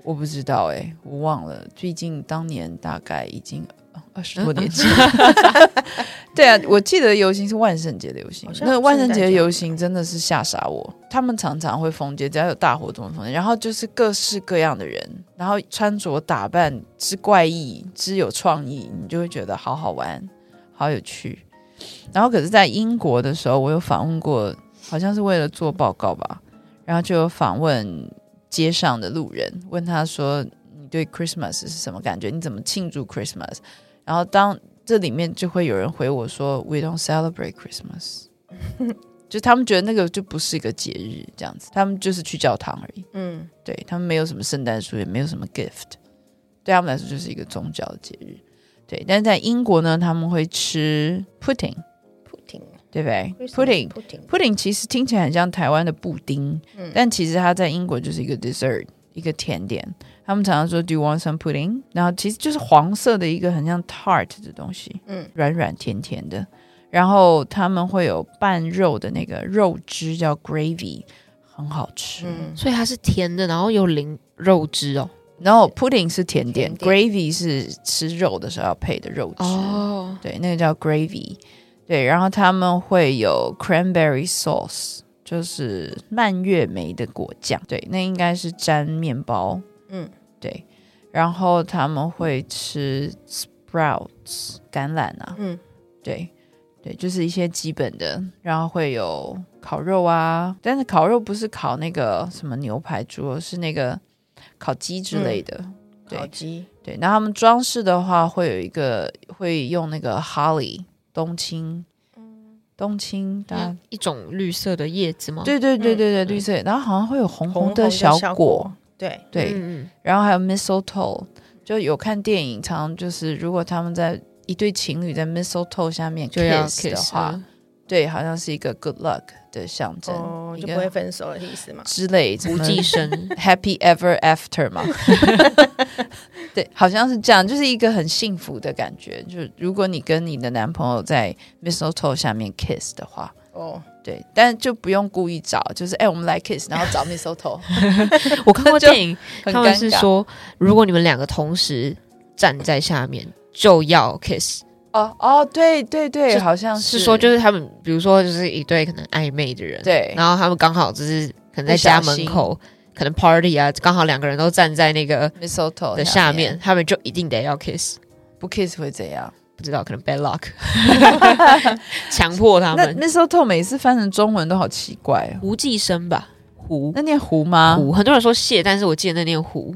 [SPEAKER 2] 我不知道哎、我忘了，毕竟当年大概已经二十多年
[SPEAKER 4] [LAUGHS]
[SPEAKER 2] 前。对啊，我记得游行是万圣节的游行
[SPEAKER 4] 好，像
[SPEAKER 2] 那万圣
[SPEAKER 4] 圣诞
[SPEAKER 2] 节
[SPEAKER 4] 节
[SPEAKER 2] 游行真的是吓傻我。他们常常会封街，只要有大活动封街，然后就是各式各样的人，然后穿着打扮之怪异之有创意，你就会觉得好好玩，好有趣。然后可是，在英国的时候，我有访问过，好像是为了做报告吧，然后就有访问街上的路人，问他说：“你对 Christmas 是什么感觉？你怎么庆祝 Christmas？” 然后当这里面就会有人回我说：“We don't celebrate Christmas。” [LAUGHS] 就他们觉得那个就不是一个节日，这样子，他们就是去教堂而已。
[SPEAKER 4] 嗯，
[SPEAKER 2] 对他们没有什么圣诞树，也没有什么 gift，对他们来说就是一个宗教的节日。对，但是在英国呢，他们会吃 pudding。
[SPEAKER 4] 不停。
[SPEAKER 2] 对不对？pudding
[SPEAKER 4] Pudding pudding，
[SPEAKER 2] pudding 其实听起来很像台湾的布丁，
[SPEAKER 4] 嗯
[SPEAKER 2] 但其实它在英国就是一个 dessert，一个甜点。他们常常说 “Do you want some pudding？” 然后其实就是黄色的一个很像 tart 的东西，
[SPEAKER 4] 嗯，
[SPEAKER 2] 软软甜甜的。然后他们会有拌肉的那个肉汁叫 gravy，很好吃。
[SPEAKER 4] 嗯，
[SPEAKER 3] 所以它是甜的，然后有淋肉汁哦。
[SPEAKER 2] 然后 pudding 是甜点
[SPEAKER 4] 甜点
[SPEAKER 2] g r a v y 是吃肉的时候要配的肉汁。
[SPEAKER 3] 哦，
[SPEAKER 2] 对，那个叫 gravy。对，然后他们会有 cranberry sauce，就是蔓越莓的果酱。对，那应该是沾面包。
[SPEAKER 4] 嗯，
[SPEAKER 2] 对。然后他们会吃 sprouts 橄榄啊，
[SPEAKER 4] 嗯，
[SPEAKER 2] 对，对，就是一些基本的。然后会有烤肉啊，但是烤肉不是烤那个什么牛排、猪肉，是那个烤鸡之类的。对
[SPEAKER 4] 烤鸡，
[SPEAKER 2] 对，那他们装饰的话，会有一个会用那个 holly 冬青，
[SPEAKER 4] 嗯
[SPEAKER 2] 冬青，大家、
[SPEAKER 3] 一种绿色的叶子吗？
[SPEAKER 2] 对对对
[SPEAKER 4] 嗯
[SPEAKER 2] 对对，绿色，然后好像会有红
[SPEAKER 4] 红
[SPEAKER 2] 的
[SPEAKER 4] 红
[SPEAKER 2] 小
[SPEAKER 4] 果，
[SPEAKER 2] 果，
[SPEAKER 4] 对，
[SPEAKER 2] 对，
[SPEAKER 3] 嗯，嗯
[SPEAKER 2] 然后还有 mistletoe，就有看电影，常常就是如果他们在一对情侣在 mistletoe 下面
[SPEAKER 3] 就要
[SPEAKER 2] kiss 的
[SPEAKER 3] kiss 嗯
[SPEAKER 2] 话，
[SPEAKER 3] [LAUGHS] 了
[SPEAKER 2] 对，好像是一个 good luck 的象征，
[SPEAKER 4] 哦，
[SPEAKER 2] 一
[SPEAKER 4] 就不会
[SPEAKER 2] 个
[SPEAKER 4] 分 [LAUGHS] 手的意思嘛？
[SPEAKER 2] 之类
[SPEAKER 3] 不
[SPEAKER 2] 什么
[SPEAKER 3] 计生
[SPEAKER 2] Happy Ever After
[SPEAKER 3] [LAUGHS]
[SPEAKER 2] 嘛，对，好像是这样，就是一个很幸福的感觉。就是如果你跟你的男朋友在 mistletoe 下面 kiss 的话，
[SPEAKER 4] 哦，
[SPEAKER 2] 对，但就不用故意找，就是哎、我们来 kiss，然后找
[SPEAKER 3] [LAUGHS]
[SPEAKER 2] mistletoe，
[SPEAKER 3] 我看过
[SPEAKER 2] 就
[SPEAKER 3] 电影，
[SPEAKER 2] 很
[SPEAKER 3] 他
[SPEAKER 2] 尴
[SPEAKER 3] 们是
[SPEAKER 2] 尬。
[SPEAKER 3] 说，如果你们两个同时站在下面，就要 kiss。
[SPEAKER 2] 哦哦，对对对，
[SPEAKER 3] 就
[SPEAKER 2] 好像
[SPEAKER 3] 是
[SPEAKER 2] 是
[SPEAKER 3] 说，就是他们，比如说，就是一对可能暧昧的人，，
[SPEAKER 2] 对
[SPEAKER 3] 然后他们刚好就是可能在家门口，可能 party 啊，刚好两个人都站在那个
[SPEAKER 2] mistletoe
[SPEAKER 3] 的
[SPEAKER 2] 哦下
[SPEAKER 3] 下面，他们就一定得要 kiss。
[SPEAKER 2] 不 kiss 会怎样？
[SPEAKER 3] 不知道，可能
[SPEAKER 2] [LAUGHS]
[SPEAKER 3] bad luck，强迫他
[SPEAKER 2] 那
[SPEAKER 3] 们
[SPEAKER 2] mistletoe 每次翻成中文都好奇怪哦。
[SPEAKER 3] 胡寄生吧，胡啊
[SPEAKER 2] 那念啊湖吗？
[SPEAKER 3] 胡，很多人说谢，但是我记得那念胡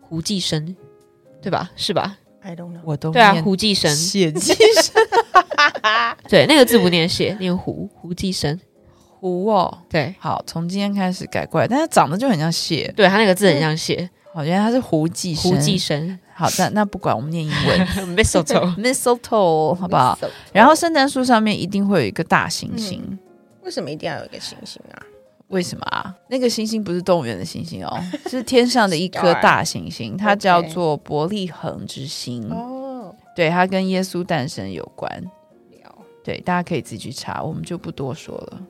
[SPEAKER 3] 胡寄生，对吧？是吧？
[SPEAKER 4] I don't know，
[SPEAKER 2] 我都
[SPEAKER 3] 对啊，
[SPEAKER 2] 念
[SPEAKER 3] 胡寄生，
[SPEAKER 2] 血迹 [LAUGHS]
[SPEAKER 3] 对，那个字不念谢，念胡胡寄生，
[SPEAKER 2] 湖哦。
[SPEAKER 3] 对。
[SPEAKER 2] 好，从今天开始改过来，但它长得就很像蟹。
[SPEAKER 3] 对他那个字很像写
[SPEAKER 2] 好，原来它是胡寄生。
[SPEAKER 3] 胡寄生
[SPEAKER 2] 好，那那不管，嗯 [LAUGHS] 我们念英文
[SPEAKER 3] [LAUGHS] mistletoe，
[SPEAKER 2] mistletoe 好不好？
[SPEAKER 4] Mistletoe？
[SPEAKER 2] 然后圣诞树上面一定会有一个大星星，
[SPEAKER 4] 为什么一定要有一个星星啊？
[SPEAKER 2] 为什么啊？那个星星不是动物园的星星哦，是天上的一颗
[SPEAKER 4] Star
[SPEAKER 2] 大星星，它叫
[SPEAKER 4] OK
[SPEAKER 2] 做伯利恒之星。
[SPEAKER 4] 哦，
[SPEAKER 2] 对，它跟耶稣诞生有关。
[SPEAKER 4] 聊
[SPEAKER 2] 对，大家可以自己去查，我们就不多说了。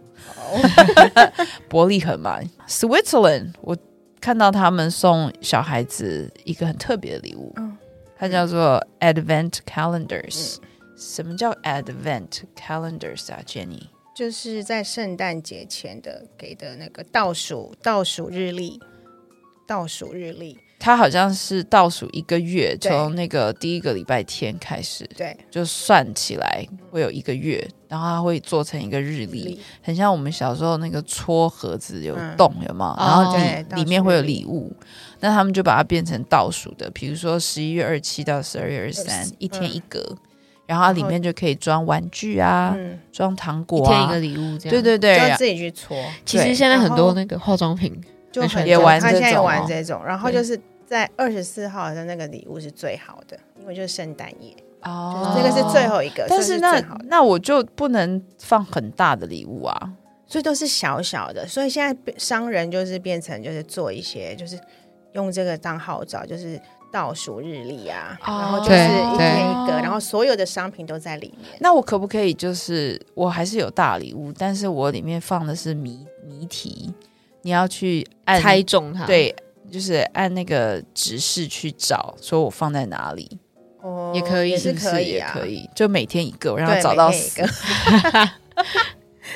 [SPEAKER 2] 伯利恒嘛，Switzerland，我看到他们送小孩子一个很特别的礼物，
[SPEAKER 4] 嗯
[SPEAKER 2] 它叫做 Advent Calendars。什么叫 Advent Calendars 啊，Jenny？
[SPEAKER 4] [LAUGHS] 就是在圣诞节前的给的那个倒数倒数日历，倒数日历，
[SPEAKER 2] 它好像是倒数一个月，
[SPEAKER 4] 对
[SPEAKER 2] 从那个第一个礼拜天开始
[SPEAKER 4] 对，
[SPEAKER 2] 就算起来会有一个月，然后它会做成一个日历，
[SPEAKER 4] 历
[SPEAKER 2] 很像我们小时候那个戳盒子有
[SPEAKER 4] 嗯
[SPEAKER 2] 洞，有没
[SPEAKER 3] 哦
[SPEAKER 2] 有？然后
[SPEAKER 4] 对
[SPEAKER 2] 里
[SPEAKER 4] 倒
[SPEAKER 2] 里
[SPEAKER 4] 数
[SPEAKER 2] 面会有
[SPEAKER 4] 日历
[SPEAKER 2] 礼物，那他们就把它变成倒数的，比如说十一月二七到十二月二三
[SPEAKER 4] 24，
[SPEAKER 2] 一天
[SPEAKER 4] 嗯
[SPEAKER 2] 一格，然后它里
[SPEAKER 4] 后
[SPEAKER 2] 面就可以装玩具啊，
[SPEAKER 4] 嗯，
[SPEAKER 2] 装糖
[SPEAKER 3] 一
[SPEAKER 2] 果
[SPEAKER 3] 天一
[SPEAKER 2] 啊
[SPEAKER 3] 个，礼物这样。
[SPEAKER 2] 对对
[SPEAKER 4] 就
[SPEAKER 2] 对，
[SPEAKER 4] 要自己去搓，
[SPEAKER 3] 其实
[SPEAKER 2] 对
[SPEAKER 3] 现在很
[SPEAKER 4] 然
[SPEAKER 3] 多
[SPEAKER 4] 后
[SPEAKER 3] 那个化妆品，
[SPEAKER 4] 就
[SPEAKER 3] 没错
[SPEAKER 4] 很
[SPEAKER 2] 也玩
[SPEAKER 4] 他
[SPEAKER 2] 这
[SPEAKER 4] 现在也
[SPEAKER 2] 种
[SPEAKER 4] 玩
[SPEAKER 2] 哦
[SPEAKER 4] 这种，啊然后
[SPEAKER 3] 对
[SPEAKER 4] 就是在二十四号的那个礼物是最好的，因为就是圣诞夜，
[SPEAKER 2] 哦
[SPEAKER 4] 这个是最。后一个，
[SPEAKER 2] 但
[SPEAKER 4] 算是
[SPEAKER 2] 那
[SPEAKER 4] 最好的
[SPEAKER 2] 那我就不能放很大的礼物啊，
[SPEAKER 4] 所以都是小小的，所以现在变商人就是变成就是做一些就是用这个当号召，就是倒数日历啊，
[SPEAKER 2] 哦
[SPEAKER 4] 然后就是
[SPEAKER 3] 对
[SPEAKER 4] 一天一个
[SPEAKER 2] 对，
[SPEAKER 4] 然后所有的商品都在里面。
[SPEAKER 2] 那我可不可以就是我还是有大礼物，但是我里面放的是谜谜题，你要去按
[SPEAKER 3] 猜中它。，
[SPEAKER 2] 对，就是按那个指示去找，说我放在哪里，
[SPEAKER 4] 哦
[SPEAKER 3] 也可以
[SPEAKER 4] 也
[SPEAKER 2] 是
[SPEAKER 4] 是
[SPEAKER 2] 不
[SPEAKER 4] 可
[SPEAKER 2] 是
[SPEAKER 4] 以
[SPEAKER 2] 也
[SPEAKER 4] 啊，
[SPEAKER 2] 可以，就每天一个，我让他
[SPEAKER 4] 对，
[SPEAKER 2] 找
[SPEAKER 4] 每
[SPEAKER 2] 到
[SPEAKER 4] 天一
[SPEAKER 2] 死
[SPEAKER 4] 个，。 [LAUGHS]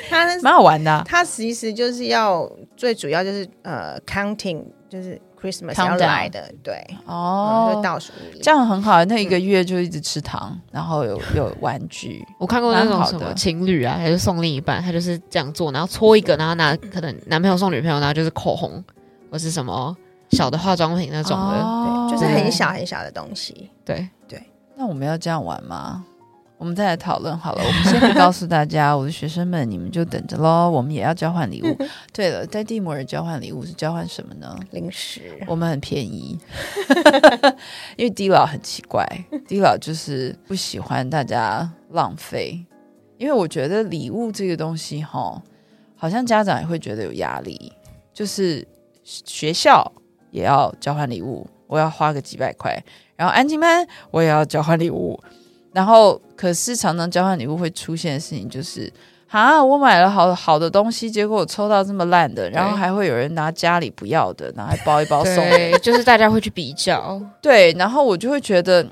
[SPEAKER 4] 他
[SPEAKER 2] [LAUGHS] 蛮好玩的
[SPEAKER 4] [LAUGHS]
[SPEAKER 2] 啊、
[SPEAKER 4] 他其实就是要最主要就是呃 counting，就是 Christmas 要
[SPEAKER 2] Countdown
[SPEAKER 4] 来的，对，然后嗯就
[SPEAKER 2] 哦。
[SPEAKER 4] 倒数日历
[SPEAKER 2] 这。样很好，那一个月就一直吃糖，然后有有玩具，
[SPEAKER 3] 我看过那
[SPEAKER 2] 蛮
[SPEAKER 3] 种
[SPEAKER 2] 好
[SPEAKER 3] 什么
[SPEAKER 2] 的
[SPEAKER 3] 情侣啊，还是送另一半，他就是这样做，然后搓一个，然后拿可能男朋友送女朋友，然后就是口红或是什么小的化妆品那
[SPEAKER 2] 那
[SPEAKER 3] 种的。
[SPEAKER 4] 对，哦就是很
[SPEAKER 2] 小。
[SPEAKER 4] 小很小的东西，
[SPEAKER 3] 对，
[SPEAKER 2] 那我们要这样玩吗？我们再来讨论好了。我们先不告诉大
[SPEAKER 4] [LAUGHS]
[SPEAKER 2] 家，我的学生们，你们就等着喽。我们也要交换礼物。对了，在蒂摩尔交换礼物是交换什么呢？
[SPEAKER 4] 零食。
[SPEAKER 2] 我们很便宜， [LAUGHS] 因为低老很奇怪，低老就是不喜欢大家浪费，因为我觉得礼物这个东西哈，好像家长也会觉得有压力，就是学校也要交换礼物，我要花个几百块，然后安亲班我也要交换礼物，然后可是常常交换礼物会出现的事情就是。啊！我买了好好的东西，结果我抽到这么烂的，然后还会有人拿家里不要的，拿来包一包送你。
[SPEAKER 3] 对，就是大家会去比较，
[SPEAKER 2] 对，然后我就会觉得，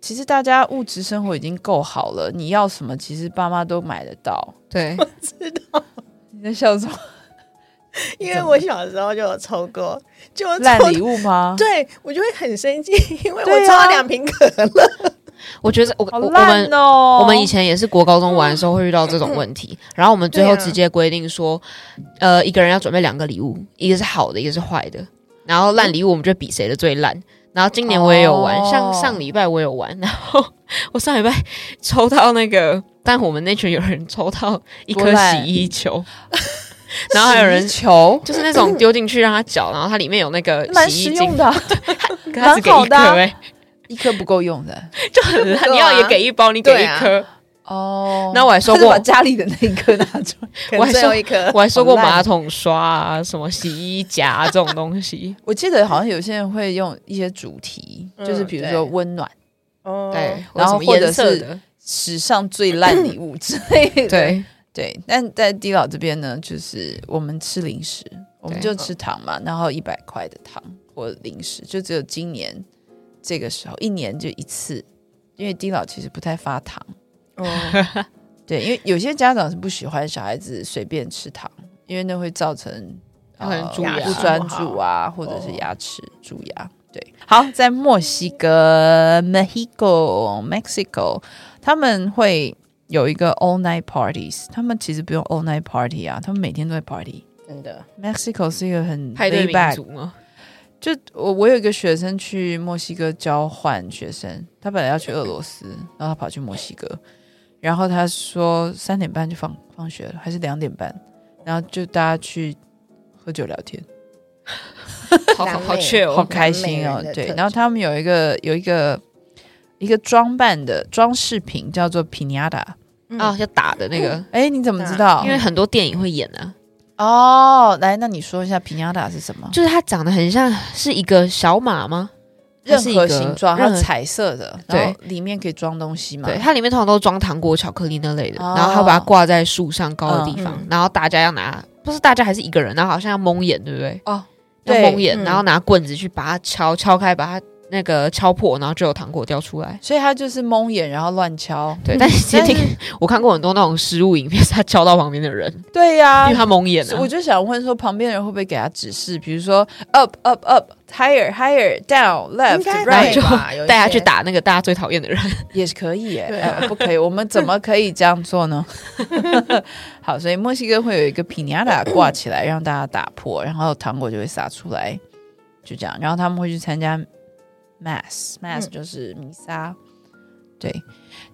[SPEAKER 2] 其实大家物质生活已经够好了，你要什么，其实爸妈都买得到。 [LAUGHS]
[SPEAKER 3] 对，
[SPEAKER 2] 你在笑什
[SPEAKER 3] [LAUGHS]
[SPEAKER 2] 么？
[SPEAKER 4] 因为我小时候就有抽过，就我抽
[SPEAKER 2] 烂礼物
[SPEAKER 3] [LAUGHS]
[SPEAKER 2] 吗？
[SPEAKER 4] 对我就会很生气，因为我
[SPEAKER 2] 对啊
[SPEAKER 4] 抽了两瓶可乐，
[SPEAKER 3] 我觉得我
[SPEAKER 2] 好
[SPEAKER 3] 我我
[SPEAKER 2] 烂
[SPEAKER 3] 们
[SPEAKER 2] 哦！嗯
[SPEAKER 3] 我们以前也是国高中玩的时候会遇到这种问题，然后我们最后
[SPEAKER 4] 对啊
[SPEAKER 3] 直接规定说，
[SPEAKER 2] 啊
[SPEAKER 3] 呃，一个人要准备两个礼物，一个是好的，一个是坏的，然后烂礼物我们就比谁的最烂。然后今年我也有玩，
[SPEAKER 2] 哦
[SPEAKER 3] 像上礼拜我有玩，然后我上礼拜抽到那个， [LAUGHS] 但我们那群有人抽到一
[SPEAKER 2] 多
[SPEAKER 3] 颗洗
[SPEAKER 2] 烂 [LAUGHS]
[SPEAKER 3] 衣球，然后还有人
[SPEAKER 2] 求，
[SPEAKER 3] 就是那种丢进去让它搅，然后它里面有那个
[SPEAKER 2] 蛮
[SPEAKER 3] [LAUGHS] 洗
[SPEAKER 2] 实
[SPEAKER 3] 衣
[SPEAKER 2] 用
[SPEAKER 3] 精， [LAUGHS]
[SPEAKER 2] 的啊、
[SPEAKER 3] 可它只给
[SPEAKER 2] 蛮好
[SPEAKER 3] 一颗、
[SPEAKER 2] 的啊 [LAUGHS]
[SPEAKER 3] 欸，
[SPEAKER 2] 一颗不够用的
[SPEAKER 3] 就很烂。
[SPEAKER 4] 对啊
[SPEAKER 3] 你要也给一包，你给
[SPEAKER 4] 对
[SPEAKER 3] 一
[SPEAKER 4] 啊
[SPEAKER 3] 颗。
[SPEAKER 2] 哦。
[SPEAKER 3] [LAUGHS] 那我还
[SPEAKER 2] [LAUGHS]
[SPEAKER 3] 说
[SPEAKER 2] 他是
[SPEAKER 3] 过
[SPEAKER 2] 把，家里的那一颗拿出
[SPEAKER 3] [LAUGHS]
[SPEAKER 2] 来。
[SPEAKER 4] 可
[SPEAKER 3] 我
[SPEAKER 4] 能
[SPEAKER 3] 还
[SPEAKER 4] 最后
[SPEAKER 3] 说 [LAUGHS]
[SPEAKER 4] 一颗。
[SPEAKER 3] 我还说过
[SPEAKER 2] 好烂。
[SPEAKER 3] 马桶刷啊，什么洗衣夹、啊、这种东西
[SPEAKER 2] 我记得好像有些人会用一些主题，
[SPEAKER 4] 嗯
[SPEAKER 2] 就是比如说温暖、
[SPEAKER 3] [LAUGHS]
[SPEAKER 4] 哦，
[SPEAKER 3] 对，
[SPEAKER 2] 然后
[SPEAKER 3] 或
[SPEAKER 2] 或
[SPEAKER 3] 者什么
[SPEAKER 2] 者
[SPEAKER 3] 颜色
[SPEAKER 2] 是
[SPEAKER 3] 的，
[SPEAKER 2] 史上最烂礼物之类的。
[SPEAKER 3] 对，
[SPEAKER 2] 对，但在地老这边呢，就是我们吃零食，我们
[SPEAKER 3] 对
[SPEAKER 2] 就吃糖嘛，然后一百块的糖或零食，就只有今年这个时候，一年就一次，因为地老其实不太发糖，
[SPEAKER 4] 哦
[SPEAKER 2] 对，因为有些家长是不喜欢小孩子随便吃糖，因为那会造成呃
[SPEAKER 3] 可能蛀牙哦
[SPEAKER 2] 不专注啊，或者是牙齿蛀牙。对，好，在墨西哥 （Mexico） Mexico，他们会有一个 all night parties，他们其实不用 all night party 啊，他们每天都在 party。
[SPEAKER 4] 真
[SPEAKER 2] 啊
[SPEAKER 4] 的
[SPEAKER 2] Mexico 是一个很
[SPEAKER 3] 派对
[SPEAKER 2] laid
[SPEAKER 3] 民
[SPEAKER 2] back
[SPEAKER 3] 族嘛，
[SPEAKER 2] 就我我有一个学生去墨西哥交换学生，他本来要去俄罗斯，然后他跑去墨西哥，然后他说三点半就放放学了，还是两点半，然后就大家去喝酒聊天，
[SPEAKER 3] 好好
[SPEAKER 4] 南
[SPEAKER 3] 好
[SPEAKER 4] 美
[SPEAKER 3] chill，
[SPEAKER 2] 好
[SPEAKER 3] 哦
[SPEAKER 2] 开心
[SPEAKER 4] 南美
[SPEAKER 2] 哦
[SPEAKER 4] 人的。特
[SPEAKER 2] 对
[SPEAKER 4] 质，
[SPEAKER 2] 然后他们有一个有一个一个装扮的装饰品叫做皮尼亚达，
[SPEAKER 4] 嗯
[SPEAKER 3] 啊，要打的那个，
[SPEAKER 2] 哎，你怎么知道
[SPEAKER 3] 嗯因？为很多电影会演啊，
[SPEAKER 2] 哦，来，那你说一下皮尼亚达是什么？
[SPEAKER 3] 就是它长得很像是一个小马吗？它
[SPEAKER 2] 任
[SPEAKER 3] 是一
[SPEAKER 2] 何
[SPEAKER 3] 个
[SPEAKER 2] 形状，
[SPEAKER 3] 任
[SPEAKER 2] 然
[SPEAKER 3] 何
[SPEAKER 2] 后彩色的，
[SPEAKER 3] 对
[SPEAKER 2] 然后里面可以装东西嘛？
[SPEAKER 3] 对，它里面通常都装糖果、巧克力那类的，
[SPEAKER 2] 哦
[SPEAKER 3] 然后它把它挂在树上高的地方，
[SPEAKER 4] 嗯嗯
[SPEAKER 3] 然后大家要拿，不是大家还是一个人，然后好像要蒙眼，对不对？
[SPEAKER 2] 哦，
[SPEAKER 3] 要
[SPEAKER 2] 对
[SPEAKER 3] 蒙眼，
[SPEAKER 4] 嗯
[SPEAKER 3] 然后拿棍子去把它敲敲开，把它那个敲破，然后就有糖果掉出来。
[SPEAKER 2] 所以他就是蒙眼，然后乱敲。
[SPEAKER 3] 对，但是
[SPEAKER 2] 嗯但
[SPEAKER 3] 其实我看过很多那种失误影片，是他敲到旁边的人，
[SPEAKER 2] 对呀、
[SPEAKER 3] 因为他蒙眼啊了、
[SPEAKER 2] 啊我就想问说，旁边人会不会给他指示，比如说 up up up higher higher down
[SPEAKER 4] 应
[SPEAKER 2] left
[SPEAKER 4] 该
[SPEAKER 2] right，
[SPEAKER 3] 就
[SPEAKER 4] 会吧有一
[SPEAKER 3] 带他去
[SPEAKER 4] 些
[SPEAKER 3] 打那个大家最讨厌的人。
[SPEAKER 2] 也是可以耶、
[SPEAKER 4] 对啊
[SPEAKER 2] 呃不可以，我们怎么可以这样做
[SPEAKER 4] [LAUGHS]
[SPEAKER 2] 呢？好，所以墨西哥会有一个皮尼亚
[SPEAKER 4] [COUGHS]
[SPEAKER 2] 达挂起来，让大家打破，然后糖果就会撒出来，就这样。然后他们会去参加 mass mass
[SPEAKER 4] 嗯
[SPEAKER 2] 就是弥撒，对。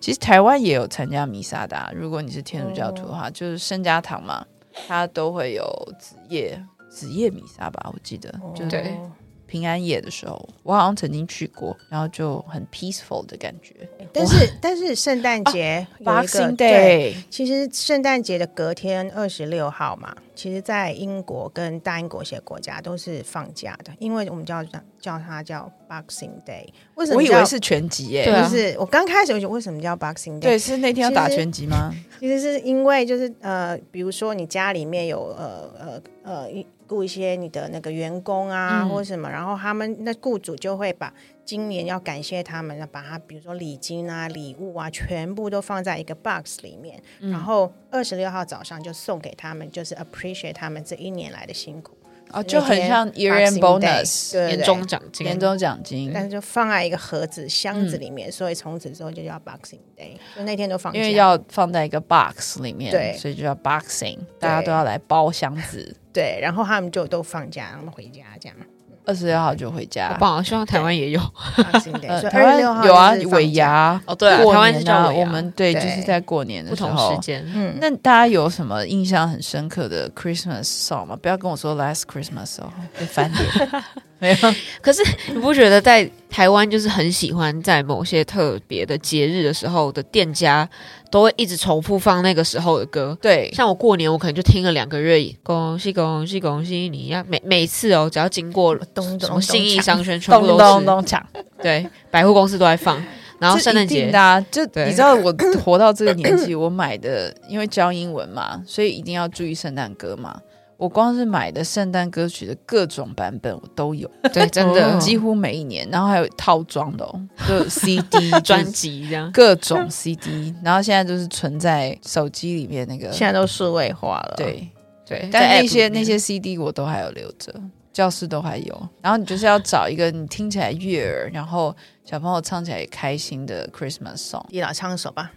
[SPEAKER 2] 其实台湾也有参加弥撒的啊、如果你是天主教徒的
[SPEAKER 4] 哦
[SPEAKER 2] 话，就是圣家堂嘛，它都会有子夜子夜弥撒吧，我记得、就是
[SPEAKER 3] 对
[SPEAKER 4] 哦
[SPEAKER 2] 平安夜的时候，我好像曾经去过，然后就很 peaceful 的感觉。
[SPEAKER 4] 但是但是圣诞节有一个、
[SPEAKER 2] Boxing
[SPEAKER 4] 对，
[SPEAKER 2] Day，
[SPEAKER 4] 其实圣诞节的隔天二十六号嘛，其实在英国跟大英国一些国家都是放假的，因为我们叫叫它叫 Boxing Day。为什
[SPEAKER 2] 我
[SPEAKER 4] 么
[SPEAKER 2] 以
[SPEAKER 4] 叫
[SPEAKER 2] 为是拳击耶、
[SPEAKER 3] 对啊
[SPEAKER 4] 就是我刚开始我就为什么叫 Boxing Day？
[SPEAKER 2] 对，是那天要打拳击吗？
[SPEAKER 4] 其实是因为就是呃，比如说你家里面有呃呃呃一雇一些你的那个员工啊、
[SPEAKER 2] 嗯
[SPEAKER 4] 或什么，然后他们那雇主就会把今年要感谢他们，把他比如说礼金啊、礼物啊，全部都放在一个 box 里面，
[SPEAKER 2] 嗯
[SPEAKER 4] 然后二十六号早上就送给他们，就是 appreciate 他们这一年来的辛苦，
[SPEAKER 2] 哦，就很像 year end
[SPEAKER 4] Boxing Day，
[SPEAKER 2] bonus
[SPEAKER 4] 对对
[SPEAKER 3] 年
[SPEAKER 4] 对
[SPEAKER 3] 终奖金，
[SPEAKER 2] 年终奖金，
[SPEAKER 4] 但是就放在一个盒子箱子里面，所以从此之后就叫 Boxing Day，就那天都放
[SPEAKER 2] 嗯
[SPEAKER 4] 假，
[SPEAKER 2] 因为要放在一个 box 里面，
[SPEAKER 4] 对
[SPEAKER 2] 所以就叫 boxing，大家都要来包箱子，
[SPEAKER 4] [LAUGHS] 对，然后他们就都放假，他们回家
[SPEAKER 2] [LAUGHS]
[SPEAKER 4] 这样。
[SPEAKER 2] 二十六号就回家
[SPEAKER 3] 好。棒、啊！希望台湾也有。
[SPEAKER 4] Boxing Day，所以
[SPEAKER 2] 台湾
[SPEAKER 4] 26号
[SPEAKER 2] 有啊
[SPEAKER 4] 就是，放
[SPEAKER 2] 尾
[SPEAKER 4] 假。
[SPEAKER 2] 牙
[SPEAKER 3] 哦对啊
[SPEAKER 2] 过
[SPEAKER 3] 台湾
[SPEAKER 2] 年
[SPEAKER 3] 是叫尾牙
[SPEAKER 2] 我们对，就
[SPEAKER 4] 对
[SPEAKER 2] 是在过年的
[SPEAKER 3] 不
[SPEAKER 2] 时
[SPEAKER 3] 同
[SPEAKER 2] 候
[SPEAKER 3] 时。间，
[SPEAKER 4] 嗯，
[SPEAKER 2] 那大家有什么印象很深刻的 Christmas song 吗？
[SPEAKER 4] [LAUGHS]
[SPEAKER 2] 不要跟我说 Last Christmas 哦，会翻脸。没有，
[SPEAKER 3] 可是你不觉得在台湾就是很喜欢在某些特别的节日的时候的店家都会一直重复放那个时候的歌。
[SPEAKER 2] 对，
[SPEAKER 3] 像我过年，我可能就听了两个月，恭喜恭喜恭喜你呀！每每次哦，只要经过
[SPEAKER 4] 咚
[SPEAKER 3] 什
[SPEAKER 4] 咚
[SPEAKER 3] 么信义商圈，全部
[SPEAKER 2] 咚
[SPEAKER 3] 都是
[SPEAKER 2] 咚咚锵，
[SPEAKER 3] 对，百货公司都在放。然后
[SPEAKER 2] 这
[SPEAKER 3] 圣
[SPEAKER 2] 一
[SPEAKER 3] 诞
[SPEAKER 2] 定
[SPEAKER 3] 节
[SPEAKER 2] 的啊，就
[SPEAKER 3] 对
[SPEAKER 2] 你知道我活到这个年纪，我买的因为教英文嘛，所以一定要注意圣诞歌嘛。我光是买的圣诞歌曲的各种版本我都有，
[SPEAKER 3] [LAUGHS] 对，真的
[SPEAKER 4] 嗯
[SPEAKER 2] 几乎每一年，然后还有套装的哦，
[SPEAKER 3] [LAUGHS]
[SPEAKER 2] 就 CD
[SPEAKER 3] 专
[SPEAKER 2] 就是
[SPEAKER 3] 辑这样。
[SPEAKER 2] 各种 CD，然后现在就是存在手机里面那个，
[SPEAKER 4] 现在都数位化了，，
[SPEAKER 2] 对，
[SPEAKER 3] 对，
[SPEAKER 2] 但
[SPEAKER 3] 哦在
[SPEAKER 2] 那
[SPEAKER 3] App
[SPEAKER 2] 些
[SPEAKER 3] 里面
[SPEAKER 2] 那些 CD 我都还有留着，教室都还有。然后你就是要找一个你听起来悦耳，然后小朋友唱起来也开心的 Christmas song。
[SPEAKER 4] 你老唱一首吧，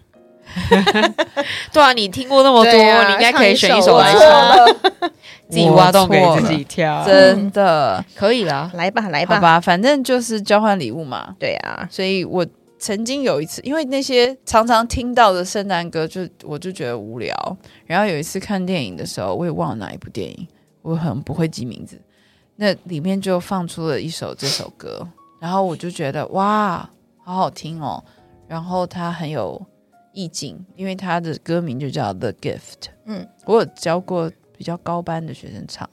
[SPEAKER 3] 对啊，你听过那么多，
[SPEAKER 4] 对啊
[SPEAKER 3] 你应该可以选一首
[SPEAKER 4] 我
[SPEAKER 3] 来
[SPEAKER 4] 唱一
[SPEAKER 3] 唱，
[SPEAKER 4] 首
[SPEAKER 3] 自己挖洞给自己
[SPEAKER 2] 我
[SPEAKER 3] 跳
[SPEAKER 2] 错了，真的，
[SPEAKER 3] 可以啦。
[SPEAKER 4] 来吧，嗯来
[SPEAKER 2] 好
[SPEAKER 4] 吧，
[SPEAKER 2] 吧，反正就是交换礼物嘛。
[SPEAKER 4] 对啊，
[SPEAKER 2] 所以我曾经有一次，因为那些常常听到的圣诞歌就，我就觉得无聊。哦然后有一次看电影的时候，我也忘了哪一部电影，我很不会记名字。那里面就放出了一首这首歌，然后我就觉得哇，好好听哦。然后它很有意境，因为它的歌名就叫《The Gift》。
[SPEAKER 4] 嗯，
[SPEAKER 2] 我有教过比较高班的学生唱，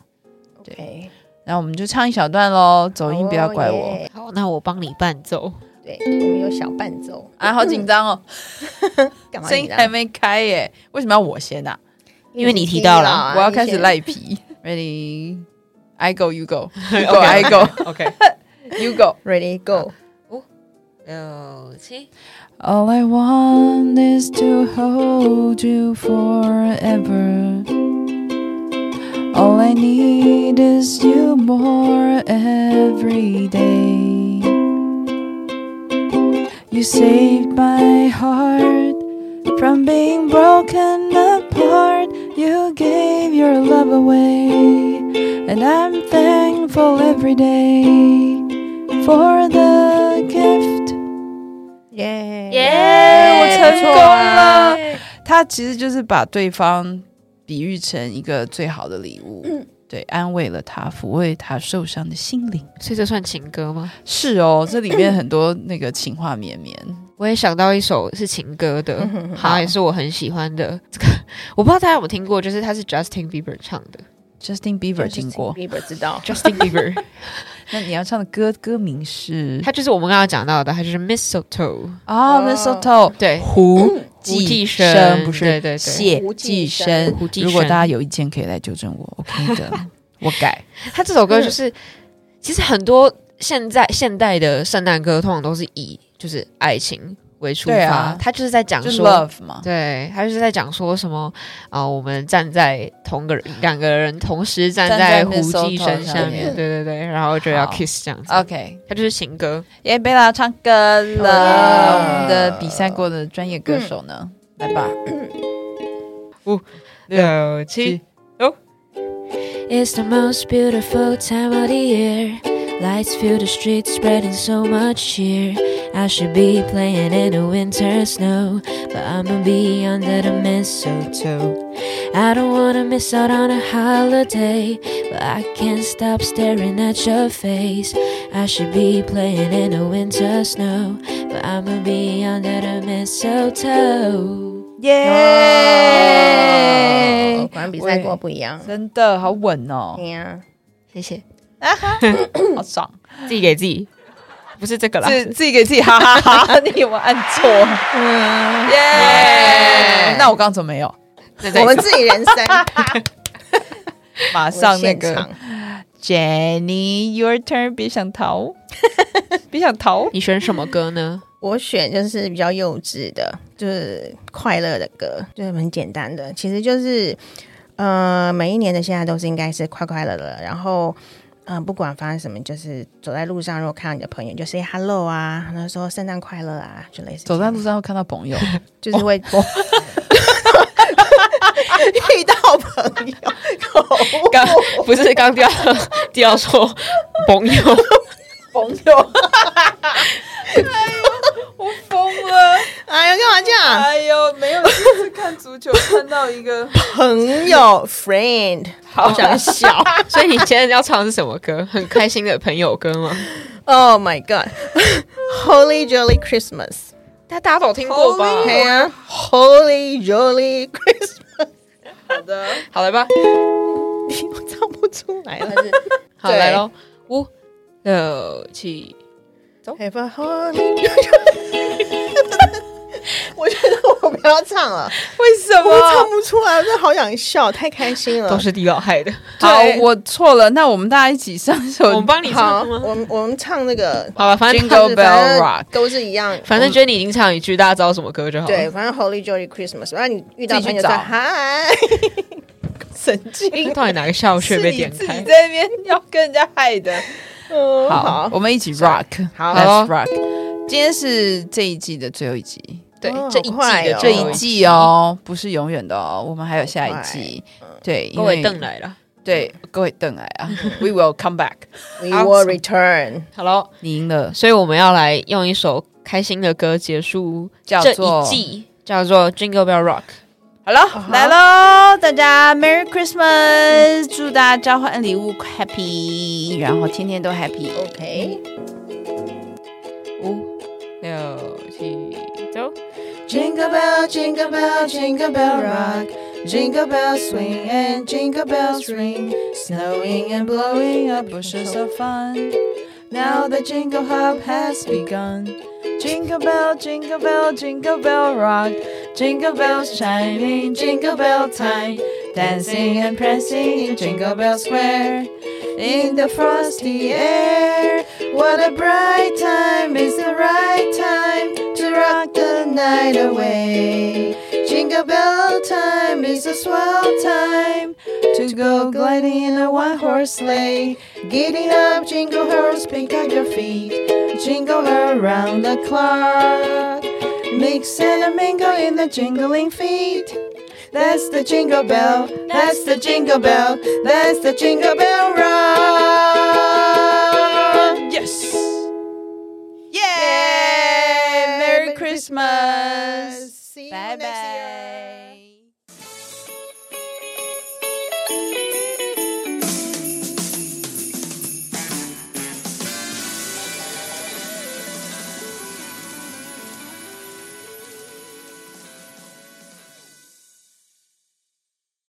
[SPEAKER 2] 对
[SPEAKER 4] OK，
[SPEAKER 2] 然后我们就唱一小段喽，走音不要怪我。
[SPEAKER 4] 哦耶
[SPEAKER 3] 好，那我帮你伴奏。
[SPEAKER 4] 对，我们有小伴奏
[SPEAKER 2] 啊，好紧张
[SPEAKER 4] [COUGHS]
[SPEAKER 2] 哦，
[SPEAKER 4] 干嘛
[SPEAKER 2] 声
[SPEAKER 4] 你
[SPEAKER 2] 音
[SPEAKER 4] 啦？
[SPEAKER 2] 还没开耶，为什么要我先啊？
[SPEAKER 3] 哎因为你提到啦
[SPEAKER 4] 啊
[SPEAKER 2] 我要开始。
[SPEAKER 4] 你
[SPEAKER 2] 赖皮。Ready, I go, you
[SPEAKER 4] [LAUGHS]
[SPEAKER 2] go, you go, I go,
[SPEAKER 3] OK，
[SPEAKER 2] you go.
[SPEAKER 4] 先 Ready go，
[SPEAKER 3] [LAUGHS] 六七，
[SPEAKER 2] All I want is to hold you forever. All I need is you more every day. You saved my heart from being broken apart. You gave your love away, and I'm thankful every day for the gift.
[SPEAKER 4] 耶
[SPEAKER 2] 我
[SPEAKER 3] 哎
[SPEAKER 2] 成功
[SPEAKER 3] 啊
[SPEAKER 2] 了。他其实就是把对方比喻成一个最好的礼物，
[SPEAKER 3] 嗯
[SPEAKER 2] 对，安慰了他，抚慰他受伤的心灵。
[SPEAKER 3] 所以这算情歌吗？
[SPEAKER 2] 是
[SPEAKER 3] [CLEARS THROAT]
[SPEAKER 2] 哦，这里面很多那个情话绵绵。
[SPEAKER 3] 我也想到一首是情歌的，
[SPEAKER 2] 好
[SPEAKER 3] 嗯好，也是我很喜欢的。 [LAUGHS] 这个我不知道大家有没有听过，就是它是 Justin Bieber 唱 [LAUGHS] 的。
[SPEAKER 2] Justin Bieber 听过，
[SPEAKER 4] Bieber 知道
[SPEAKER 3] Justin Bieber，
[SPEAKER 2] 那你要唱的歌歌名是
[SPEAKER 3] 他就是我们刚刚讲到的，他就是 Mistletoe，
[SPEAKER 2] 啊
[SPEAKER 4] 哦
[SPEAKER 2] Mistletoe
[SPEAKER 3] 对，
[SPEAKER 2] 胡
[SPEAKER 3] 寄
[SPEAKER 2] 寄
[SPEAKER 3] 生
[SPEAKER 2] 生，不是
[SPEAKER 3] 对对对
[SPEAKER 2] 谢
[SPEAKER 4] 胡
[SPEAKER 2] 寄
[SPEAKER 4] 寄
[SPEAKER 2] 生
[SPEAKER 4] 生。
[SPEAKER 3] 胡寄
[SPEAKER 2] 如果
[SPEAKER 3] 生
[SPEAKER 2] 大家有意见，可以来纠正我，OK
[SPEAKER 3] [LAUGHS]
[SPEAKER 2] 的，我改。
[SPEAKER 3] 他
[SPEAKER 2] 嗯
[SPEAKER 3] 这首歌就是，其实很多现在现代的圣诞歌通常都是以就是爱情为出
[SPEAKER 2] 对
[SPEAKER 3] 发，
[SPEAKER 2] 啊
[SPEAKER 3] 他就是在讲
[SPEAKER 2] 就
[SPEAKER 3] 说。
[SPEAKER 2] love 嘛，
[SPEAKER 3] 对他就是在讲说什么啊、我们站在同个人两个人同时站
[SPEAKER 2] 站
[SPEAKER 3] 在
[SPEAKER 2] 在
[SPEAKER 3] 胡
[SPEAKER 2] mistletoe
[SPEAKER 3] 姬身
[SPEAKER 2] 上
[SPEAKER 3] 上面，
[SPEAKER 2] 面
[SPEAKER 3] 对对对，然后就要
[SPEAKER 2] 好啊
[SPEAKER 3] kiss 这样子。
[SPEAKER 2] OK，
[SPEAKER 3] 他就是情歌，
[SPEAKER 2] 耶，贝拉唱歌了。
[SPEAKER 4] 哦耶
[SPEAKER 2] 我们的比赛过的专业歌手呢？来吧，
[SPEAKER 3] 六七
[SPEAKER 5] It's the most beautiful time of the year. Lights fill the streets, spreading so much cheer. I should be playing in the winter snow, but I'ma be under the mistletoe. I don't wanna miss out on a holiday, but I can't stop staring at your face. I should be playing in the winter snow, but I'ma be under the mistletoe.
[SPEAKER 4] [LAUGHS] 哦
[SPEAKER 2] 耶！
[SPEAKER 4] 果然比赛跟我不一样。
[SPEAKER 2] 哦真的好稳哦，
[SPEAKER 4] 对啊呀，
[SPEAKER 3] 谢谢，
[SPEAKER 2] 好爽！
[SPEAKER 3] 自己给自己，不是这个啦，
[SPEAKER 2] 自自己给自己哈哈哈，你有没有按错？耶！嗯那我刚刚怎么没有？
[SPEAKER 3] 那再
[SPEAKER 4] 我
[SPEAKER 3] 一
[SPEAKER 4] 们
[SPEAKER 3] 次
[SPEAKER 4] 自己人生
[SPEAKER 2] 马 [LAUGHS] 上那
[SPEAKER 4] 现
[SPEAKER 2] 个
[SPEAKER 4] 场
[SPEAKER 2] Jenny，your turn，别想 [LAUGHS] 逃，别想逃。
[SPEAKER 3] 你选什么歌呢？
[SPEAKER 4] 我选就是比较幼稚的，就是快乐的歌，就是很简单的，其实就是呃，每一年的现在都是应该是快快乐乐，然后。嗯，不管发生什么，就是走在路上，如果看到你的朋友，你就 say hello 啊，然后说圣诞快乐啊，就类似这
[SPEAKER 2] 走
[SPEAKER 4] 样
[SPEAKER 2] 在路哦上会看到朋 [LAUGHS] 友，
[SPEAKER 4] 就是会、 [LAUGHS] 遇到朋友， [LAUGHS]
[SPEAKER 3] 刚不是刚掉掉说朋友，
[SPEAKER 2] 朋友，我疯了。
[SPEAKER 4] 哎呀，干嘛这样？
[SPEAKER 2] 哎呦，没有，就是看足球看到一个
[SPEAKER 4] 朋友 friend，好想笑。
[SPEAKER 3] 所以你今天要唱的是什么歌？很开心的朋友歌吗？
[SPEAKER 4] Oh my god！ Holy Jolly Christmas，
[SPEAKER 3] 但大家都有听过吧？
[SPEAKER 4] 对呀，Holy Jolly [LAUGHS] Christmas，
[SPEAKER 3] 好来吧，
[SPEAKER 4] 我唱不出来了。
[SPEAKER 3] 好来喽，五六七，
[SPEAKER 4] Have a [LAUGHS] Holy，我觉得我不要唱了，
[SPEAKER 3] 为什
[SPEAKER 4] 我唱？不出来，我真的好想笑，太开心
[SPEAKER 2] [LAUGHS]
[SPEAKER 4] 了
[SPEAKER 3] 都。是地老害的，
[SPEAKER 2] 好
[SPEAKER 4] 对，
[SPEAKER 2] 我错了，那我们大家一起上一首。
[SPEAKER 3] 我们帮你
[SPEAKER 4] 好，
[SPEAKER 3] 唱吗？
[SPEAKER 4] 我们我们唱那个
[SPEAKER 3] 好吧，反正
[SPEAKER 2] Jingle
[SPEAKER 4] 反正
[SPEAKER 2] Bell Rock
[SPEAKER 4] 都是一样，
[SPEAKER 3] 反正 Jenny 已经唱一句，大家知道什么歌就好。
[SPEAKER 4] 对，，反正 Holy Jolly Christmas，然后你遇到
[SPEAKER 2] 自己去
[SPEAKER 4] 朋友说
[SPEAKER 2] 找
[SPEAKER 4] 嗨，神经，
[SPEAKER 3] 到底哪个笑穴
[SPEAKER 2] 是
[SPEAKER 3] 被
[SPEAKER 2] 你
[SPEAKER 3] 点
[SPEAKER 2] 自己
[SPEAKER 3] 开？
[SPEAKER 2] 在那边要跟人家害的。
[SPEAKER 4] [LAUGHS] 嗯
[SPEAKER 2] 好，我们一起 rock，
[SPEAKER 4] 好
[SPEAKER 2] l e
[SPEAKER 3] 好
[SPEAKER 2] t s rock。今天是这一季的最后一集，
[SPEAKER 3] [LAUGHS] 对
[SPEAKER 4] 哦，
[SPEAKER 3] 这一季
[SPEAKER 4] 好快
[SPEAKER 3] 的
[SPEAKER 4] 哦
[SPEAKER 2] 这
[SPEAKER 3] 最
[SPEAKER 2] 一
[SPEAKER 3] 后集，
[SPEAKER 2] 季哦，不是永远的哦，我们还有下一季。对，因
[SPEAKER 3] 各
[SPEAKER 2] 为
[SPEAKER 3] 位邓来了。
[SPEAKER 2] 对各位邓来啊，We will come back。
[SPEAKER 4] ，We
[SPEAKER 3] 好
[SPEAKER 4] will return。
[SPEAKER 3] Hello，
[SPEAKER 2] 你赢了，
[SPEAKER 3] 所以我们要来用一首开心的歌结束
[SPEAKER 2] 叫
[SPEAKER 3] 这
[SPEAKER 2] 做
[SPEAKER 3] 一季，叫做《Jingle Bell Rock》。
[SPEAKER 2] 好了，来喽，大家 Merry Christmas，祝大家交换礼物 Happy，然后天天都 Happy。
[SPEAKER 4] OK，
[SPEAKER 3] 五、六、七，走。
[SPEAKER 4] Jingle bell, jingle bell, jingle bell rock. Jingle bells swing and jingle bells ring. Snowing and blowing up
[SPEAKER 2] bushes
[SPEAKER 4] bushes
[SPEAKER 2] of
[SPEAKER 4] of
[SPEAKER 2] fun. Now the jingle hop has begun. Jingle bell, jingle bell, jingle bell rock. Jingle bells chiming, jingle bell time. Dancing and prancing in Jingle Bell Square. In the frosty air. What a bright time is the right time to rock the night away. Jingle bell time is a swell time to go gliding in a one horse sleigh. Giddy up, jingle horse, pick up your feet. Jingle around the clock. Mix and a mingle in the jingling feet. That's the jingle bell, that's the jingle bell, that's the jingle bell rock. Yes! Yay! Merry Christmas!
[SPEAKER 4] See you
[SPEAKER 2] Bye
[SPEAKER 4] next year.
[SPEAKER 2] bye.